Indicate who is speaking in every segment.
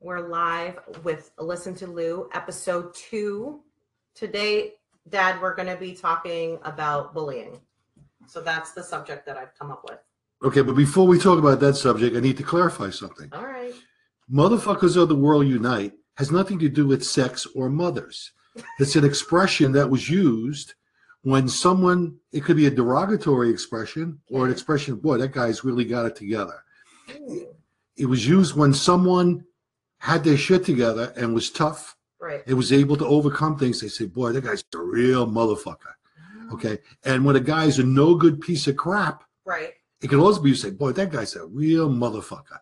Speaker 1: We're live with Listen to Lou, episode two. Today, Dad, we're going to be talking about bullying. So that's the subject that I've come up with.
Speaker 2: Okay, but before we talk about that subject, I need to clarify something.
Speaker 1: All right.
Speaker 2: Motherfuckers of the world unite has nothing to do with sex or mothers. It's an expression that was used when someone, it could be a derogatory expression or an expression, boy, that guy's really got it together.
Speaker 1: Ooh,
Speaker 2: It was used when someone had their shit together and was tough
Speaker 1: Right.
Speaker 2: and was able to overcome things. They say, boy, that guy's a real motherfucker. Okay. And when a guy's a no good piece of crap,
Speaker 1: Right.
Speaker 2: it can also be you say, boy, that guy's a real motherfucker.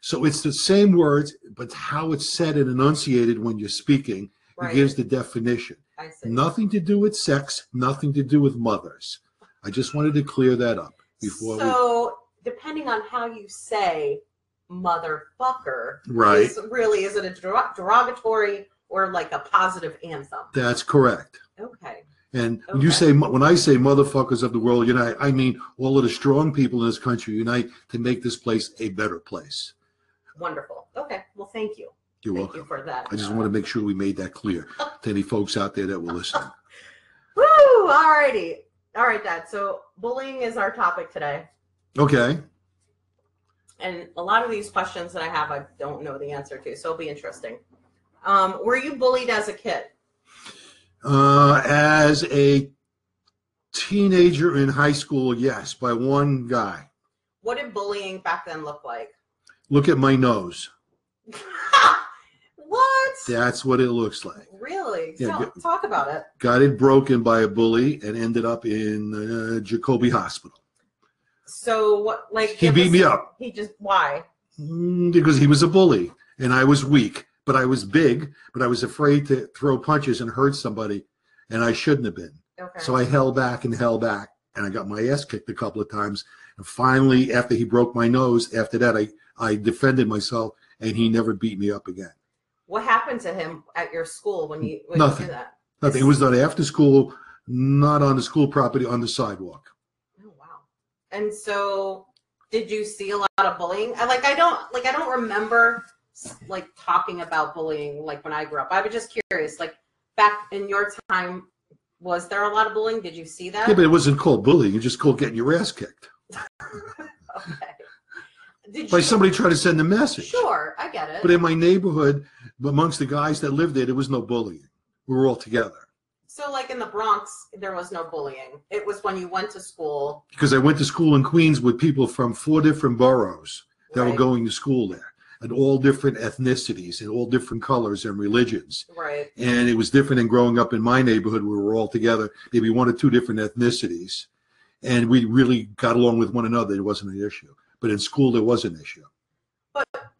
Speaker 2: So it's the same words, but how it's said and enunciated when you're speaking
Speaker 1: Right.
Speaker 2: it gives the definition.
Speaker 1: I see.
Speaker 2: Nothing to do with sex, nothing to do with mothers. I just wanted to clear that up before
Speaker 1: so, depending on how you say motherfucker,
Speaker 2: we. Right.
Speaker 1: is really, is it a derog- derogatory or like a positive anthem?
Speaker 2: That's correct.
Speaker 1: Okay.
Speaker 2: And when you
Speaker 1: Okay.
Speaker 2: say mo- when I say motherfuckers of the world unite, I mean all of the strong people in this country unite to make this place a better place.
Speaker 1: Wonderful. Okay. Well, thank you.
Speaker 2: You're
Speaker 1: thank
Speaker 2: welcome.
Speaker 1: you for that.
Speaker 2: I just want to make sure we made that clear to any folks out there that were listening.
Speaker 1: Woo! Alrighty. All right, Dad. So bullying is our topic today.
Speaker 2: Okay.
Speaker 1: And a lot of these questions that I have, I don't know the answer to. So it'll be interesting. Um, were you bullied as a kid?
Speaker 2: Uh, as a teenager in high school, yes, by one guy.
Speaker 1: What did bullying back then look like?
Speaker 2: Look at my nose.
Speaker 1: what?
Speaker 2: That's what it looks like.
Speaker 1: Really?
Speaker 2: Yeah,
Speaker 1: Tell- talk about it.
Speaker 2: Got it broken by a bully and ended up in uh, Jacoby Hospital.
Speaker 1: So what? Like
Speaker 2: He
Speaker 1: give
Speaker 2: beat
Speaker 1: us-
Speaker 2: me up
Speaker 1: He just why?
Speaker 2: Mm, because he was a bully and I was weak, but I was big, but I was afraid to throw punches and hurt somebody, and I shouldn't have been.
Speaker 1: Okay.
Speaker 2: So I held back and held back, and I got my ass kicked a couple of times. And finally, after he broke my nose, after that, I, I defended myself, and he never beat me up again.
Speaker 1: what happened to him at your school when you when
Speaker 2: Nothing.
Speaker 1: you do that?
Speaker 2: Nothing. It was not after school, not on the school property, on the sidewalk.
Speaker 1: Oh wow. And so did you see a lot of bullying? I like I don't like I don't remember like talking about bullying like when I grew up. I was just curious like back in your time was there a lot of bullying? Did you see that?
Speaker 2: Yeah, but it wasn't called bullying. It was just called getting your ass kicked
Speaker 1: okay. Did
Speaker 2: by
Speaker 1: you
Speaker 2: somebody trying to send a message.
Speaker 1: Sure, I get it.
Speaker 2: But in my neighborhood, amongst the guys that lived there, there was no bullying. We were all together
Speaker 1: so like in the Bronx there was no bullying. It was when you went to school
Speaker 2: because I went to school in Queens with people from four different boroughs. that were
Speaker 1: right,
Speaker 2: going to school there and all different ethnicities and all different colors and religions.
Speaker 1: right.
Speaker 2: And it was different in growing up in my neighborhood where we were all together, maybe one or two different ethnicities. And we really got along with one another. It wasn't an issue. But in school, there was an issue.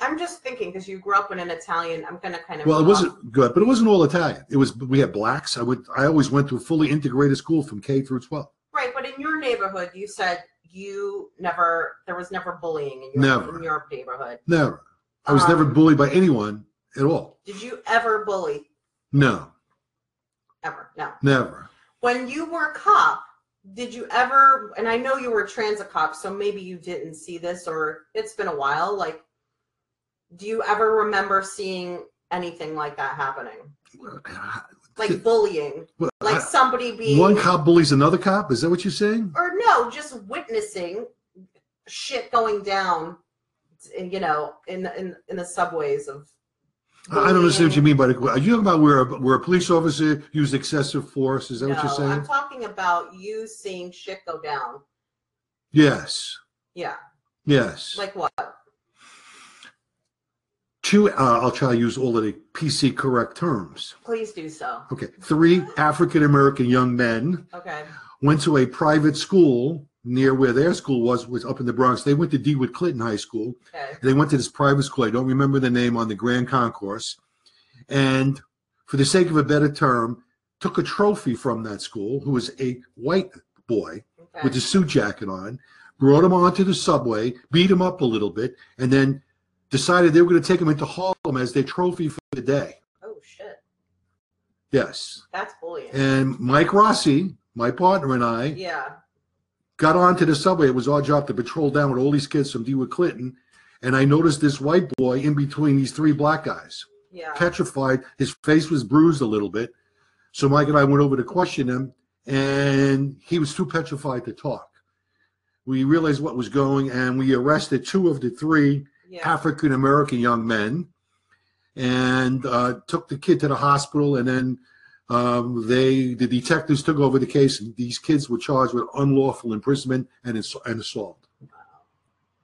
Speaker 1: I'm just thinking because you grew up in an Italian, I'm gonna kind of
Speaker 2: Well, it wasn't good, but it wasn't all Italian. It was, we had blacks. I went, I always went to a fully integrated school from K through 12.
Speaker 1: Right, but in your neighborhood, you said you never there was never bullying in your
Speaker 2: Never.
Speaker 1: in your neighborhood.
Speaker 2: Never. I was never
Speaker 1: Um,
Speaker 2: bullied by anyone at all.
Speaker 1: Did you ever bully?
Speaker 2: No,
Speaker 1: Ever? No.
Speaker 2: never.
Speaker 1: When you were a cop, did you ever? And I know you were a transit cop, so maybe you didn't see this, or it's been a while. Like, do you ever remember seeing anything like that happening, like bullying,
Speaker 2: Well, I-
Speaker 1: like somebody being
Speaker 2: One cop bullies another cop? Is that what you're saying?
Speaker 1: or no, just witnessing shit going down, you know, in the, in in the subways of.
Speaker 2: I I don't understand what you mean by the. Are you talking about where a, where a police officer used excessive force? Is that what you're
Speaker 1: No, I'm
Speaker 2: saying?
Speaker 1: talking about you seeing shit go down.
Speaker 2: Yes.
Speaker 1: Yeah,
Speaker 2: Yes.
Speaker 1: like what?
Speaker 2: Two, uh, I'll try to use all of the PC correct terms.
Speaker 1: Please do so.
Speaker 2: Okay. Three African American young men
Speaker 1: Okay.
Speaker 2: went to a private school near where their school was, was up in the Bronx. They went to DeWitt Clinton High School.
Speaker 1: Okay.
Speaker 2: They went to this private school. I don't remember the name on the Grand Concourse. And for the sake of a better term, took a trophy from that school, who was a white boy
Speaker 1: Okay.
Speaker 2: with his suit jacket on, brought him onto the subway, beat him up a little bit, and then decided they were going to take him into Harlem as their trophy for the day.
Speaker 1: oh shit,
Speaker 2: Yes.
Speaker 1: that's bullying.
Speaker 2: And Mike Rossi, my partner, and I
Speaker 1: yeah.
Speaker 2: got onto the subway. It was our job to patrol down with all these kids from DeWitt Clinton. And I noticed this white boy in between these three black guys,
Speaker 1: Yeah.
Speaker 2: petrified. His face was bruised a little bit. So Mike and I went over to question him, and he was too petrified to talk. We realized what was going, and we arrested two of the three
Speaker 1: Yeah.
Speaker 2: African American young men, and uh, took the kid to the hospital. And then um, they, the detectives, took over the case. And these kids were charged with unlawful imprisonment and ins- and assault.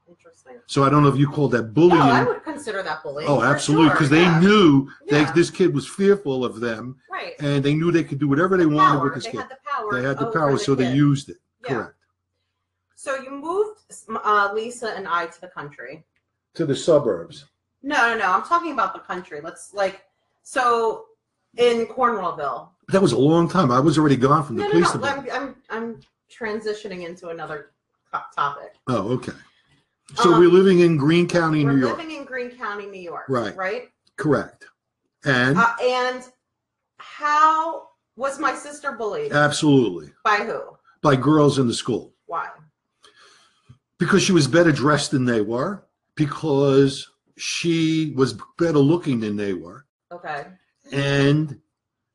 Speaker 1: Interesting.
Speaker 2: So I don't know if you call that
Speaker 1: No,
Speaker 2: bullying.
Speaker 1: I would consider that bullying.
Speaker 2: oh,
Speaker 1: for
Speaker 2: absolutely,
Speaker 1: sure,
Speaker 2: because
Speaker 1: yeah.
Speaker 2: they knew
Speaker 1: Yeah.
Speaker 2: they, this kid was fearful of them,
Speaker 1: Right.
Speaker 2: and they knew they could do whatever they wanted
Speaker 1: Power.
Speaker 2: with this
Speaker 1: They
Speaker 2: kid.
Speaker 1: had the power.
Speaker 2: They had the
Speaker 1: over
Speaker 2: power, so they
Speaker 1: kid.
Speaker 2: used it.
Speaker 1: Yeah.
Speaker 2: Correct.
Speaker 1: So you moved uh, Lisa and I to the country.
Speaker 2: To the suburbs.
Speaker 1: No, no, no. I'm talking about the country. Let's like so in Cornwallville.
Speaker 2: That was a long time. I was already gone from the
Speaker 1: No, no,
Speaker 2: police
Speaker 1: no. I'm,
Speaker 2: department.
Speaker 1: I'm I'm transitioning into another to- topic.
Speaker 2: Oh, okay. So
Speaker 1: Um,
Speaker 2: we're living in Greene County,
Speaker 1: We're
Speaker 2: New York.
Speaker 1: living in Greene County, New York.
Speaker 2: Right.
Speaker 1: Right.
Speaker 2: Correct. And
Speaker 1: Uh, and how was my sister bullied?
Speaker 2: absolutely
Speaker 1: By who?
Speaker 2: by girls in the school
Speaker 1: Why?
Speaker 2: because she was better dressed than they were, because she was better looking than they were,
Speaker 1: Okay.
Speaker 2: and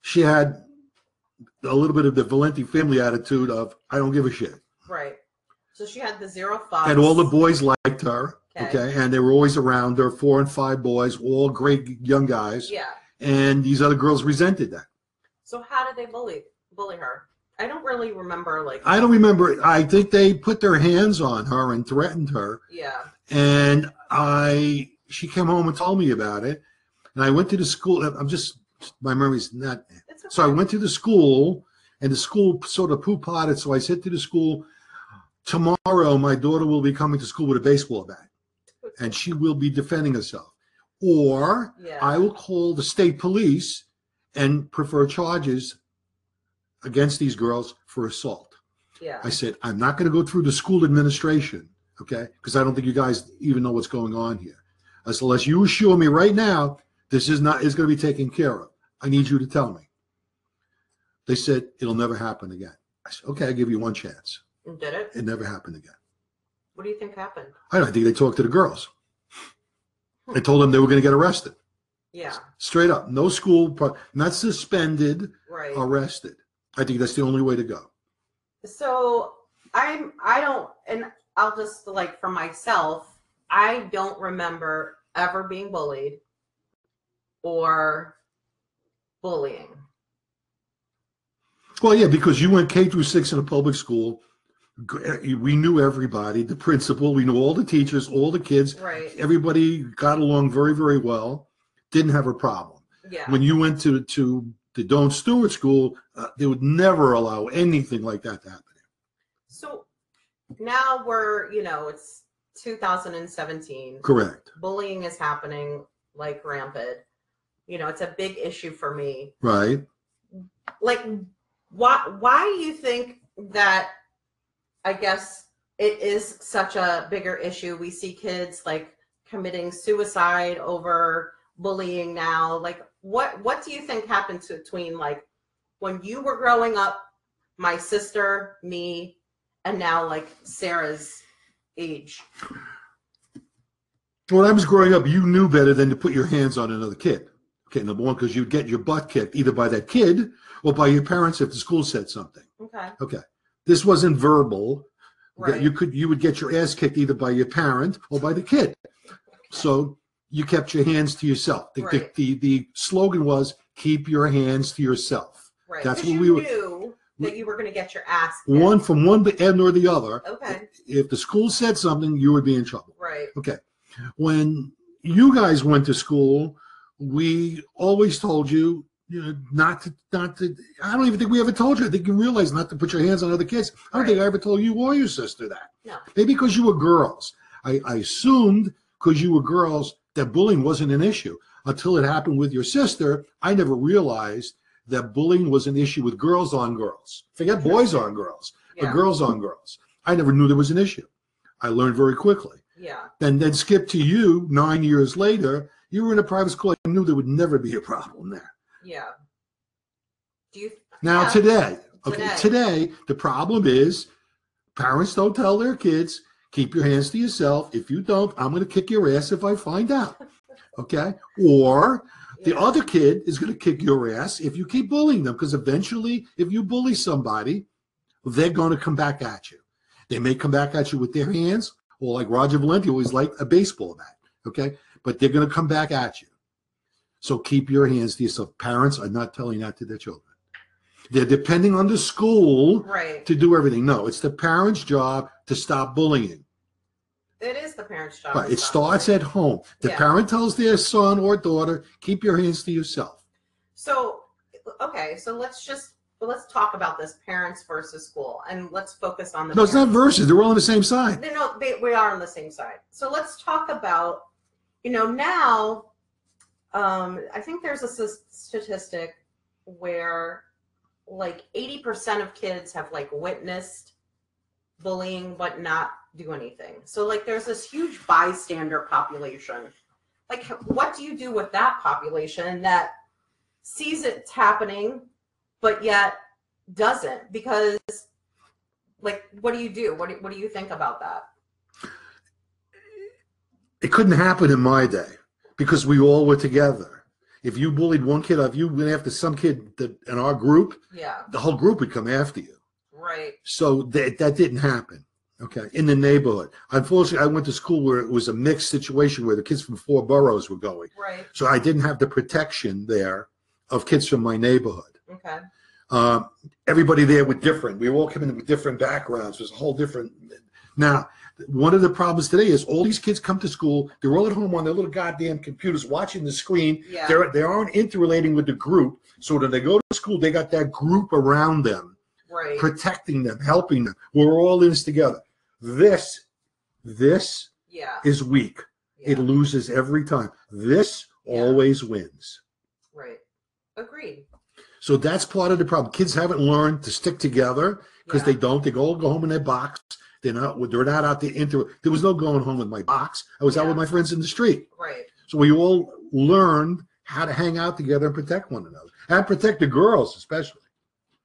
Speaker 2: she had a little bit of the Valenti family attitude of I don't give a shit.
Speaker 1: Right. So she had the zero fox.
Speaker 2: And all the boys liked her,
Speaker 1: Okay.
Speaker 2: okay. And they were always around her, four and five boys, all great young guys,
Speaker 1: Yeah.
Speaker 2: and these other girls resented that.
Speaker 1: So how did they bully bully her? I don't really remember. Like.
Speaker 2: I don't remember. I think they put their hands on her and threatened her.
Speaker 1: yeah.
Speaker 2: and I she came home and told me about it, and I went to the school. I'm just my memory's not.
Speaker 1: It's
Speaker 2: So I
Speaker 1: okay.
Speaker 2: went to the school, and the school sort of poo potted. So I said to the school, tomorrow my daughter will be coming to school with a baseball bat, and she will be defending herself, or
Speaker 1: Yeah.
Speaker 2: I will call the state police and prefer charges against these girls for assault.
Speaker 1: yeah.
Speaker 2: I said, I'm not going to go through the school administration, okay? Because I don't think you guys even know what's going on here. I said, unless you assure me right now this is not is going to be taken care of, I need you to tell me. They said it'll never happen again. I said, okay, I give you one chance.
Speaker 1: And did it?
Speaker 2: It never happened again.
Speaker 1: What do you think happened?
Speaker 2: I don't think they talked to the girls. I told them they were going to get arrested,
Speaker 1: Yeah.
Speaker 2: straight up. No school, pro- not suspended,
Speaker 1: Right.
Speaker 2: arrested. I think that's the only way to go.
Speaker 1: So I'm I don't and I'll just like for myself, I don't remember ever being bullied or bullying.
Speaker 2: Well, yeah, because you went K through six in a public school. G- We knew everybody, the principal, we knew all the teachers, all the kids.
Speaker 1: Right.
Speaker 2: Everybody got along very, very well. Didn't have a problem.
Speaker 1: Yeah.
Speaker 2: When you went to to the Don Stewart School, uh, they would never allow anything like that to happen.
Speaker 1: So now we're, you know, it's 2017.
Speaker 2: Correct.
Speaker 1: Bullying is happening like rampant. You know, it's a big issue for me.
Speaker 2: Right.
Speaker 1: like why why do you think that i guess it is such a bigger issue we see kids like committing suicide over bullying now like what what do you think happened to, between like when you were growing up my sister me and now like sarah's age
Speaker 2: When I was growing up, you knew better than to put your hands on another kid. Okay, number one, because you'd get your butt kicked either by that kid or by your parents if the school said something.
Speaker 1: okay
Speaker 2: This wasn't verbal.
Speaker 1: right
Speaker 2: that you could you would get your ass kicked either by your parent or by the kid so you kept your hands to yourself the,
Speaker 1: Right.
Speaker 2: the, the, the slogan was keep your hands to yourself
Speaker 1: right
Speaker 2: that's
Speaker 1: 'Cause
Speaker 2: what
Speaker 1: you
Speaker 2: we were-
Speaker 1: knew that you were going to get your ass kicked.
Speaker 2: one from one end or the other
Speaker 1: okay
Speaker 2: if the school said something you would be in trouble
Speaker 1: right
Speaker 2: when you guys went to school we always told you you know, not to, not to. I don't even think we ever told you. I think you realized not to put your hands on other kids. I don't
Speaker 1: Right.
Speaker 2: think I ever told you or your sister that.
Speaker 1: no
Speaker 2: Maybe because you were girls. I, I assumed because you were girls that bullying wasn't an issue until it happened with your sister. I never realized that bullying was an issue with girls on girls. Forget boys on girls,
Speaker 1: yeah
Speaker 2: but girls on girls. I never knew there was an issue. I learned very quickly.
Speaker 1: yeah
Speaker 2: Then, then skip to you nine years later. You were in a private school. I knew there would never be a problem there.
Speaker 1: yeah do you
Speaker 2: Now
Speaker 1: Yeah.
Speaker 2: today, okay,
Speaker 1: Today.
Speaker 2: today the problem is parents don't tell their kids. Keep your hands to yourself. If you don't, I'm going to kick your ass if I find out. Okay? Or the other kid is going to kick your ass if you keep bullying them because eventually, if you bully somebody, they're going to come back at you. They may come back at you with their hands, or like Roger Valenti always liked a baseball bat. Okay? But they're going to come back at you. So keep your hands to yourself. Parents are not telling that to their children. They're depending on the school
Speaker 1: Right.
Speaker 2: to do everything. No, it's the parents' job to stop bullying.
Speaker 1: It is the parents' job.
Speaker 2: Right.
Speaker 1: to
Speaker 2: It
Speaker 1: stop
Speaker 2: starts
Speaker 1: bullying.
Speaker 2: at home. The
Speaker 1: Yeah.
Speaker 2: parent tells their son or daughter, keep your hands to yourself.
Speaker 1: So, okay, so let's just let's talk about this parents versus school, and let's focus on the.
Speaker 2: No, it's not
Speaker 1: parents.
Speaker 2: verses. They're all on the same side.
Speaker 1: No, no, they, we are on the same side. So let's talk about, you know, now, um, I think there's a s- statistic where like 80% of kids have like witnessed bullying but not do anything. So like there's this huge bystander population. Like what do you do with that population that sees it's happening but yet doesn't because like what do you do what do, what do you think about that
Speaker 2: It couldn't happen in my day because we all were together. If you bullied one kid, or if you went after some kid that, in our group,
Speaker 1: yeah
Speaker 2: the whole group would come after you.
Speaker 1: right
Speaker 2: So that that didn't happen. Okay, in the neighborhood. Unfortunately, I went to school where it was a mixed situation where the kids from four boroughs were going.
Speaker 1: right
Speaker 2: So I didn't have the protection there of kids from my neighborhood.
Speaker 1: okay
Speaker 2: Um, everybody there were different. We were all coming in with different backgrounds. It was a whole different. Now, one of the problems today is all these kids come to school. They're all at home on their little goddamn computers watching the screen.
Speaker 1: yeah
Speaker 2: They're, they aren't interrelating with the group. So when they go to school, they got that group around them,
Speaker 1: right
Speaker 2: protecting them, helping them. We're all in this together. This, this
Speaker 1: yeah,
Speaker 2: is weak.
Speaker 1: yeah.
Speaker 2: It loses every time. This
Speaker 1: Yeah.
Speaker 2: always wins.
Speaker 1: right agreed
Speaker 2: So that's part of the problem. Kids haven't learned to stick together because
Speaker 1: Yeah.
Speaker 2: they don't. They all go home in their box. They're not. They're not out there. Inter- there was no going home with my box. I was out
Speaker 1: Yeah.
Speaker 2: with my friends in the street.
Speaker 1: right
Speaker 2: So we all learned how to hang out together and protect one another and protect the girls especially.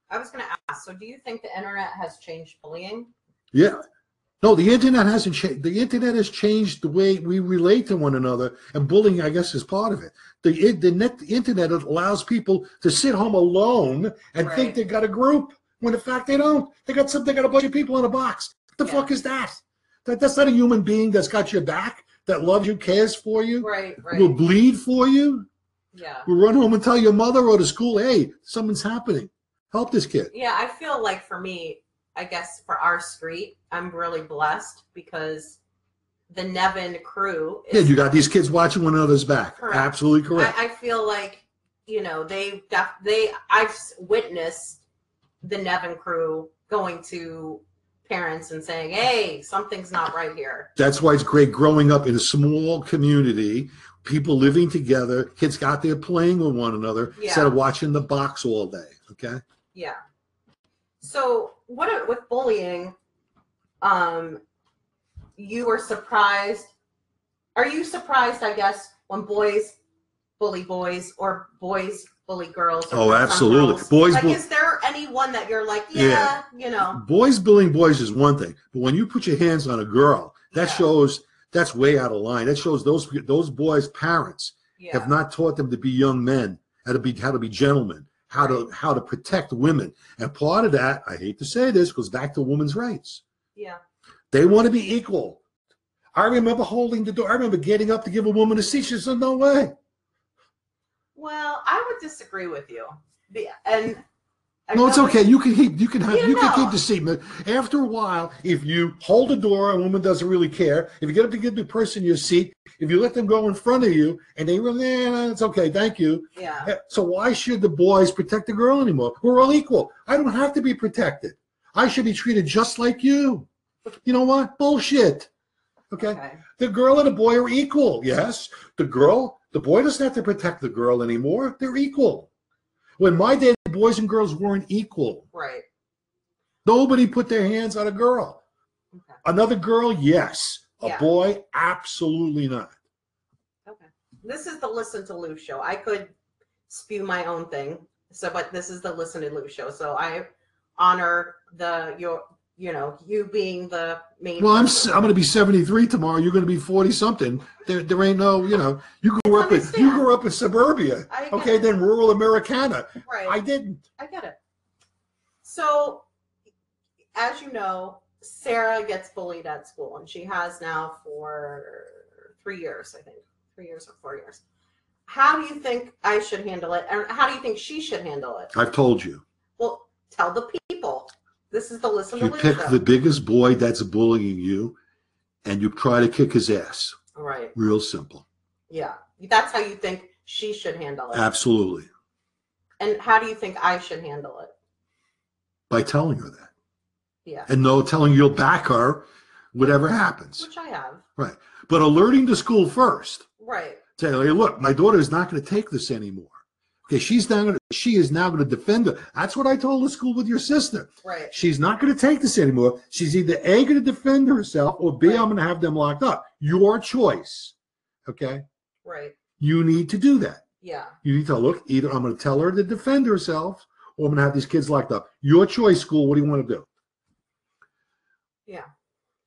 Speaker 1: i was going to ask so do you think the internet has changed bullying
Speaker 2: Yeah. No, the internet hasn't changed. The internet has changed the way we relate to one another, and bullying, I guess, is part of it. The, in- the, net, the internet allows people to sit home alone and
Speaker 1: Right.
Speaker 2: think they got a group, when in fact they don't. They got some. They got a bunch of people in a box. What the
Speaker 1: Yeah.
Speaker 2: fuck is that? That that's not a human being that's got your back, that loves you, cares for you,
Speaker 1: right right
Speaker 2: will bleed for you,
Speaker 1: yeah
Speaker 2: will run home and tell your mother or to school, hey, something's happening. Help this kid.
Speaker 1: yeah i feel like for me i guess for our street i'm really blessed because the nevin crew
Speaker 2: Yeah,
Speaker 1: is
Speaker 2: you got these kids watching one another's back.
Speaker 1: Correct.
Speaker 2: Absolutely correct.
Speaker 1: I, I feel like you know they def- they I've s- witnessed the Nevin crew going to parents and saying, "Hey, something's not right here."
Speaker 2: That's why it's great growing up in a small community, people living together, kids out there playing with one another
Speaker 1: Yeah.
Speaker 2: instead of watching the box all day. Okay.
Speaker 1: Yeah. So what a- with bullying? Um, you were surprised. Are you surprised? I guess when boys bully boys or boys bully girls. or
Speaker 2: Oh,
Speaker 1: some
Speaker 2: absolutely.
Speaker 1: girls?
Speaker 2: Boys
Speaker 1: Uh-huh. Like,
Speaker 2: bull-
Speaker 1: is there anyone that you're like, yeah,
Speaker 2: Yeah.
Speaker 1: you know,
Speaker 2: Boys bullying boys is one thing, but when you put your hands on a girl, that
Speaker 1: Yeah.
Speaker 2: shows that's way out of line. That shows those those boys' parents
Speaker 1: yeah,
Speaker 2: have not taught them to be young men, how to be how to be gentlemen, how to how to protect women. And part of that, I hate to say this, goes back to women's rights.
Speaker 1: yeah,
Speaker 2: They want to be equal. I remember holding the door. I remember getting up to give a woman a seat. She said, "No way."
Speaker 1: Well, I would disagree with you. The- And I
Speaker 2: no, it's
Speaker 1: know-
Speaker 2: okay. You can keep. You can have.
Speaker 1: You
Speaker 2: You, can
Speaker 1: know.
Speaker 2: keep the seat. But after a while, if you hold the door, a woman doesn't really care. If you get up to give the person your seat, if you let them go in front of you, and they really, nah, nah, it's okay. Thank you.
Speaker 1: Yeah,
Speaker 2: Eh, So why should the boys protect the girl anymore? We're all equal. I don't have to be protected. I should be treated just like you. You know what? Bullshit. Okay.
Speaker 1: okay.
Speaker 2: The girl and the boy are equal. Yes, the girl, the boy doesn't have to protect the girl anymore. They're equal. When my day, the boys and girls weren't equal.
Speaker 1: right.
Speaker 2: Nobody put their hands on a girl.
Speaker 1: Okay.
Speaker 2: Another girl, yes. A
Speaker 1: Yeah.
Speaker 2: boy, absolutely not.
Speaker 1: This is the Listen to Lou show. I could spew my own thing, so but this is the Listen to Lou show. So I honor the your you know, you being the main.
Speaker 2: Well, I'm s- I'm going to be 73 tomorrow. You're going to be 40 something. There, there ain't no, you know, you grew up in you
Speaker 1: Understand.
Speaker 2: grew up in suburbia.
Speaker 1: I get
Speaker 2: Okay,
Speaker 1: it,
Speaker 2: then rural Americana.
Speaker 1: right.
Speaker 2: I didn't.
Speaker 1: I get it. So, as you know, Sarah gets bullied at school, and she has now for three years, I think, three years or four years. How do you think I should handle it, and how do you think she should handle it?
Speaker 2: I've told you.
Speaker 1: Well, tell the people. This is the listen
Speaker 2: You
Speaker 1: to
Speaker 2: pick
Speaker 1: live
Speaker 2: the
Speaker 1: show.
Speaker 2: biggest boy that's bullying you, and you try to kick his ass.
Speaker 1: Right.
Speaker 2: Real simple.
Speaker 1: Yeah. That's how you think she should handle it.
Speaker 2: Absolutely.
Speaker 1: And how do you think I should handle it?
Speaker 2: By telling her that,
Speaker 1: Yeah.
Speaker 2: and no telling you'll back her, whatever happens.
Speaker 1: Which I have.
Speaker 2: But alerting the school first.
Speaker 1: Right.
Speaker 2: say, hey, look, my daughter is not going to take this anymore. Okay, she's now going to, she is now going to defend her. That's what I told the school with your sister.
Speaker 1: Right.
Speaker 2: She's not going to take this anymore. She's either A, going to defend herself, or B,
Speaker 1: Right.
Speaker 2: I'm going to have them locked up. Your choice. Okay,
Speaker 1: Right.
Speaker 2: you need to do that.
Speaker 1: Yeah.
Speaker 2: You need to look, either I'm going to tell her to defend herself, or I'm going to have these kids locked up. Your choice, school. What do you want to do?
Speaker 1: Yeah.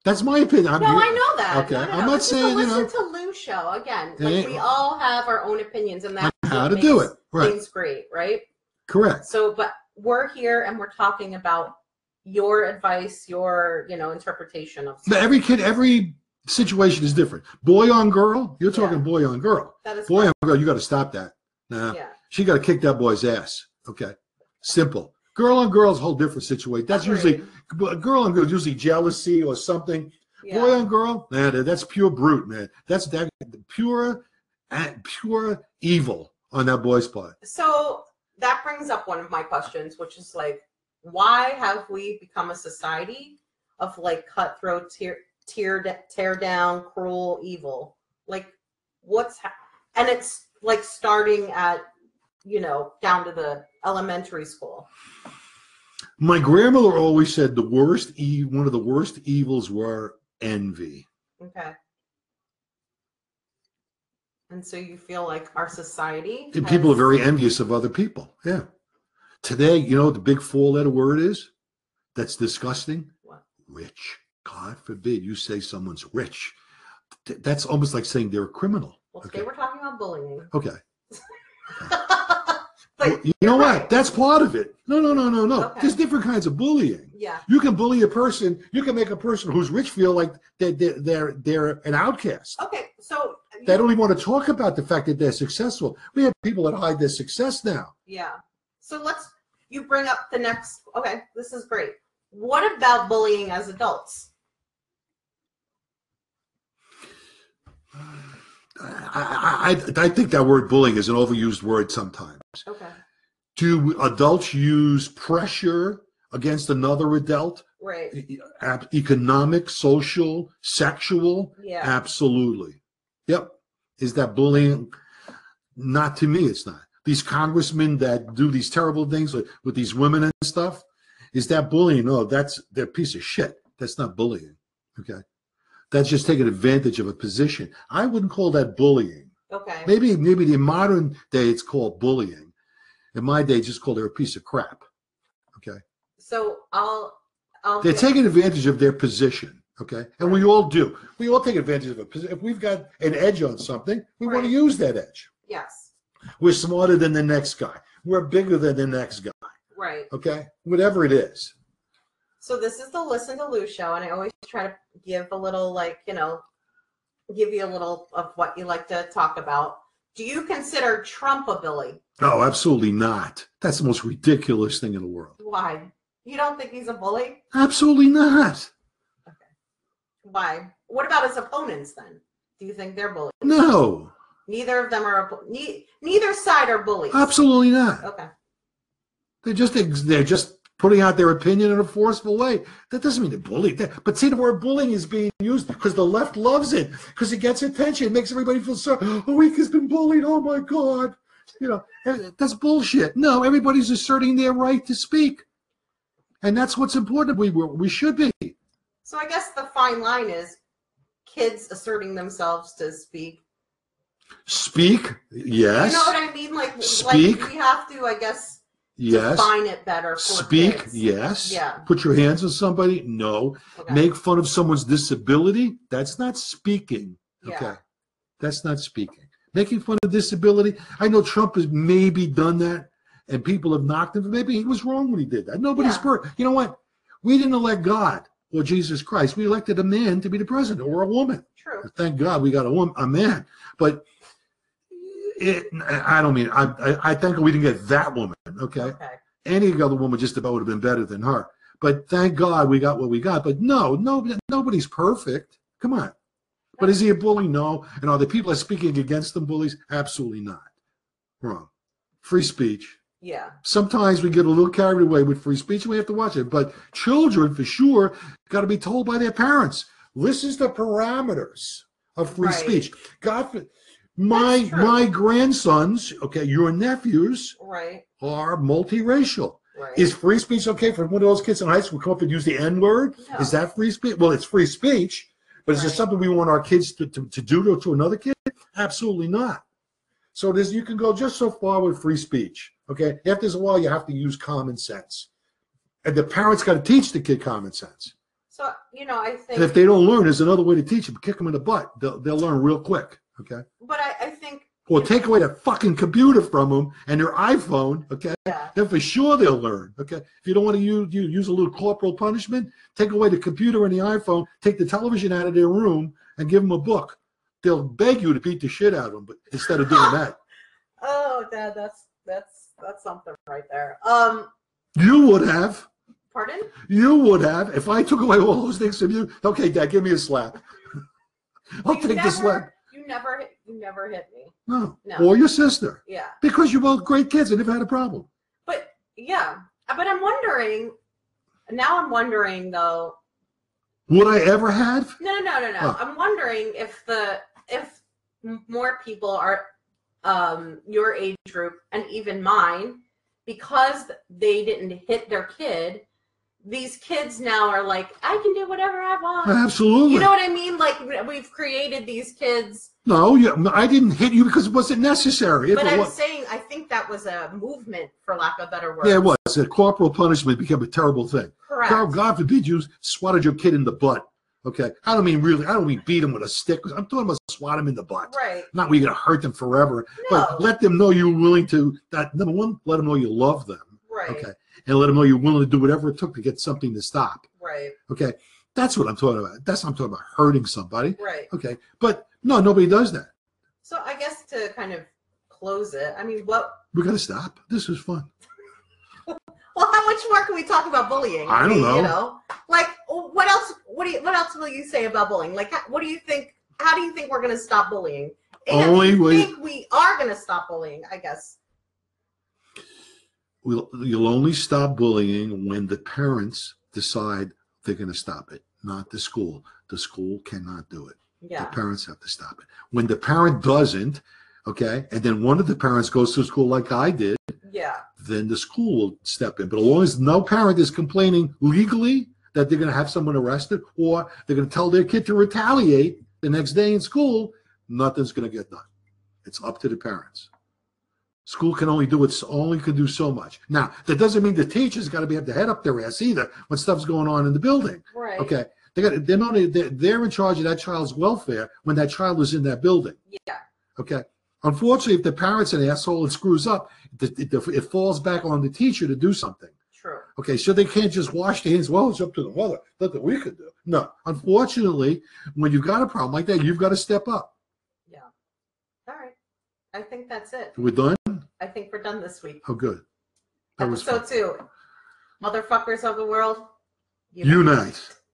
Speaker 2: That's my opinion. I'm
Speaker 1: no,
Speaker 2: here-
Speaker 1: I know that.
Speaker 2: Okay,
Speaker 1: No, no,
Speaker 2: I'm
Speaker 1: no.
Speaker 2: not
Speaker 1: This is the
Speaker 2: saying, you
Speaker 1: listen to Lou show again.
Speaker 2: Yeah.
Speaker 1: Like we all have our own opinions, and that's
Speaker 2: How
Speaker 1: what
Speaker 2: to do it.
Speaker 1: makes
Speaker 2: Right.
Speaker 1: Things great, right?
Speaker 2: Correct.
Speaker 1: So, but we're here and we're talking about your advice, your you know interpretation of
Speaker 2: But every kid, every situation is different. Boy on girl, you're talking
Speaker 1: Yeah.
Speaker 2: boy on girl.
Speaker 1: that is
Speaker 2: Boy on girl, you got to stop that. Nah,
Speaker 1: yeah.
Speaker 2: she got to kick that boy's ass. Okay, simple. Girl on girl is a whole different situation. That's usually
Speaker 1: Agreed.
Speaker 2: usually girl on girl is usually jealousy or something.
Speaker 1: yeah.
Speaker 2: Boy on girl, nah, that- that's pure brute, man. That's that pure, uh, pure evil on that boy's part.
Speaker 1: So that brings up one of my questions, which is like, why have we become a society of like cutthroat, tear, tear, tear down, cruel, evil? Like, what's hap- and it's like starting at you know down to the elementary school.
Speaker 2: My grandmother always said the worst e one of the worst evils were envy.
Speaker 1: Okay. And so you feel like our society.
Speaker 2: And people are
Speaker 1: has-
Speaker 2: very envious of other people. Yeah. Today, you know what the big four letter word is? That's disgusting.
Speaker 1: What?
Speaker 2: Rich. God forbid you say someone's rich. Th- That's almost like saying they're a criminal.
Speaker 1: Well, today
Speaker 2: Okay.
Speaker 1: we're talking about bullying.
Speaker 2: Okay.
Speaker 1: but
Speaker 2: Well, you know what?
Speaker 1: right.
Speaker 2: That's part of it. No, no, no, no, no.
Speaker 1: Okay.
Speaker 2: There's different kinds of bullying.
Speaker 1: yeah,
Speaker 2: You can bully a person. You can make a person who's rich feel like they're they're they're, they're an outcast.
Speaker 1: okay. So you-
Speaker 2: They don't even want to talk about the fact that they're successful. We have people that hide their success now.
Speaker 1: Yeah. So let's you bring up the next okay, this is great. What about bullying as adults?
Speaker 2: I, I, I- I think that word bullying is an overused word sometimes.
Speaker 1: Okay.
Speaker 2: Do adults use pressure against another adult?
Speaker 1: Right.
Speaker 2: E- e- Economic, social, sexual?
Speaker 1: Yeah.
Speaker 2: Absolutely. Yep. Is that bullying? Not to me, it's not. These congressmen that do these terrible things with, with these women and stuff, is that bullying? No, that's they're a piece of shit. That's not bullying. Okay. That's just taking advantage of a position. I wouldn't call that bullying.
Speaker 1: Okay.
Speaker 2: Maybe maybe in modern day it's called bullying. In my day, just called her a piece of crap.
Speaker 1: So I'll I'll
Speaker 2: They're taking advantage of their position. Okay, and we all do. We all take advantage of a position. If we've got an edge on something, we want to
Speaker 1: Right.
Speaker 2: use that edge.
Speaker 1: yes.
Speaker 2: We're smarter than the next guy. We're bigger than the next guy.
Speaker 1: Right.
Speaker 2: Okay, whatever it is.
Speaker 1: So this is the listen to Lou show and I always try to give a little like, you know, give you a little of what you like to talk about. Do you consider Trump a bully?
Speaker 2: No, absolutely not. That's the most ridiculous thing in the world.
Speaker 1: Why? You don't think he's a bully?
Speaker 2: Absolutely not.
Speaker 1: Why? What about his opponents then? Do you think they're bullies?
Speaker 2: No,
Speaker 1: Neither of them are. a bu- Ne- neither side are bullies.
Speaker 2: absolutely not.
Speaker 1: Okay.
Speaker 2: They're just ex- they're just putting out their opinion in a forceful way. That doesn't mean they're bullied. That- But see, the word bullying is being used because the left loves it because it gets attention. It makes everybody feel so. Oh, he has been bullied. Oh my god. You know and that's bullshit. No, everybody's asserting their right to speak, and that's what's important. We were we should be.
Speaker 1: So I guess the fine line is kids asserting themselves to speak.
Speaker 2: Speak, yes.
Speaker 1: You know what I mean? Like,
Speaker 2: Speak.
Speaker 1: like we have to, I guess,
Speaker 2: Yes.
Speaker 1: define it better for
Speaker 2: Speak.
Speaker 1: kids.
Speaker 2: Yes.
Speaker 1: Yeah.
Speaker 2: Put your hands on somebody. No.
Speaker 1: Okay.
Speaker 2: Make fun of someone's disability. That's not speaking.
Speaker 1: Yeah.
Speaker 2: Okay. That's not speaking. Making fun of disability. I know Trump has maybe done that and people have knocked him. Maybe he was wrong when he did that. Nobody's
Speaker 1: Yeah.
Speaker 2: perfect. You know what? We didn't elect God or Jesus Christ. We elected a man to be the president or a woman.
Speaker 1: True.
Speaker 2: Thank God we got a woman, a man. But it, I don't mean, I, I, I thank God we didn't get that woman. Okay
Speaker 1: Okay.
Speaker 2: any other woman just about would have been better than her. But thank God we got what we got. But no, no, nobody's perfect. Come on. But is he a bully? No. And are the people that speaking against them bullies? Absolutely not. Wrong. Free speech.
Speaker 1: Yeah.
Speaker 2: Sometimes we get a little carried away with free speech and we have to watch it. But children, for sure, got to be told by their parents this is the parameters of free
Speaker 1: Right.
Speaker 2: speech. God, for- my
Speaker 1: That's true.
Speaker 2: my grandsons, okay, your nephews
Speaker 1: Right.
Speaker 2: are multiracial.
Speaker 1: Right.
Speaker 2: Is free speech okay for one of those kids in high school to come up and use the N word?
Speaker 1: No.
Speaker 2: Is that free speech? Well, it's free speech, but is it
Speaker 1: Right.
Speaker 2: something we want our kids to, to, to do to, to another kid? Absolutely not. So there's, you can go just so far with free speech. Okay. After a while, you have to use common sense. And the parents got to teach the kid common sense.
Speaker 1: so you know, I think
Speaker 2: And if they don't learn, there's another way to teach them. Kick them in the butt. They'll, they'll learn real quick. Okay.
Speaker 1: but I, I think
Speaker 2: Or take away that fucking computer from them and their iPhone. Okay
Speaker 1: yeah.
Speaker 2: then for sure they'll learn. Okay, if you don't want to use, you use a little corporal punishment, take away the computer and the iPhone, take the television out of their room, and give them a book. They'll beg you to beat the shit out of them, but instead of doing that,
Speaker 1: Oh dad, that's that's that's something right there. Um
Speaker 2: you would have,
Speaker 1: pardon?
Speaker 2: you would have, if I took away all those things from you. Okay, Dad, give me a slap. I'll
Speaker 1: You
Speaker 2: take the slap.
Speaker 1: never- You never hit you never hit me.
Speaker 2: No.
Speaker 1: No.
Speaker 2: or your sister,
Speaker 1: Yeah.
Speaker 2: because you're both great kids and never had a problem.
Speaker 1: But yeah. But I'm wondering now I'm wondering though
Speaker 2: Would I ever have?
Speaker 1: No, no, no, no.
Speaker 2: Huh.
Speaker 1: I'm wondering if the if m- more people are um your age group and even mine because they didn't hit their kid. These kids now are like, I can do whatever I want.
Speaker 2: Absolutely.
Speaker 1: You know what I mean? Like we've created these kids,
Speaker 2: no, you, no, I didn't hit you because it wasn't necessary. If
Speaker 1: but
Speaker 2: it
Speaker 1: I'm
Speaker 2: wa-
Speaker 1: saying I think that was a movement, for lack of better word.
Speaker 2: Yeah, it was. Uh, corporal punishment became a terrible thing.
Speaker 1: correct.
Speaker 2: God, God forbid you swatted your kid in the butt. Okay, I don't mean really. I don't mean beat him with a stick. I'm talking about swat him in the butt.
Speaker 1: Right?
Speaker 2: Not where you're gonna hurt them forever,
Speaker 1: No.
Speaker 2: but let them know you're willing to. That number one, let them know you love them.
Speaker 1: Right.
Speaker 2: Okay, and let them know you're willing to do whatever it took to get something to stop.
Speaker 1: Right.
Speaker 2: Okay, that's what I'm talking about. That's what I'm talking about hurting somebody.
Speaker 1: Right.
Speaker 2: Okay, but no, nobody does that.
Speaker 1: So I guess to kind of close it, I mean, what
Speaker 2: We gotta stop. This is fun.
Speaker 1: Well, how much more can we talk about bullying?
Speaker 2: I don't
Speaker 1: mean,
Speaker 2: know.
Speaker 1: You know, like oh, what else? What do you? What else will you say about bullying? Like, how- what do you think? How do you think we're going to stop bullying? And
Speaker 2: Only
Speaker 1: I
Speaker 2: way
Speaker 1: think we are going to stop bullying. I guess.
Speaker 2: we'll, you'll only stop bullying when the parents decide they're going to stop it, not the school. The school cannot do it.
Speaker 1: Yeah.
Speaker 2: The parents have to stop it. When the parent doesn't, okay, and then one of the parents goes to school like I did,
Speaker 1: Yeah.
Speaker 2: then the school will step in. But as long as no parent is complaining legally that they're going to have someone arrested or they're going to tell their kid to retaliate the next day in school, nothing's going to get done. It's up to the parents. School can only do it's only can do so much. Now that doesn't mean the teachers got to be have their head up their ass either when stuff's going on in the building.
Speaker 1: Right.
Speaker 2: Okay, they got they're not they're, they're in charge of that child's welfare when that child is in that building.
Speaker 1: Yeah.
Speaker 2: Okay. Unfortunately, if the parent's an asshole and screws up, th- th- th- it falls back on the teacher to do something.
Speaker 1: True.
Speaker 2: Okay, so they can't just wash their hands. Well, it's up to the mother. Nothing we could do. No, unfortunately, when you've got a problem like that, you've got to step up.
Speaker 1: All right. I think that's it.
Speaker 2: We're done.
Speaker 1: I think we're done this week.
Speaker 2: Oh, good. That was
Speaker 1: Episode
Speaker 2: fun.
Speaker 1: two. Motherfuckers of the world.
Speaker 2: Unite.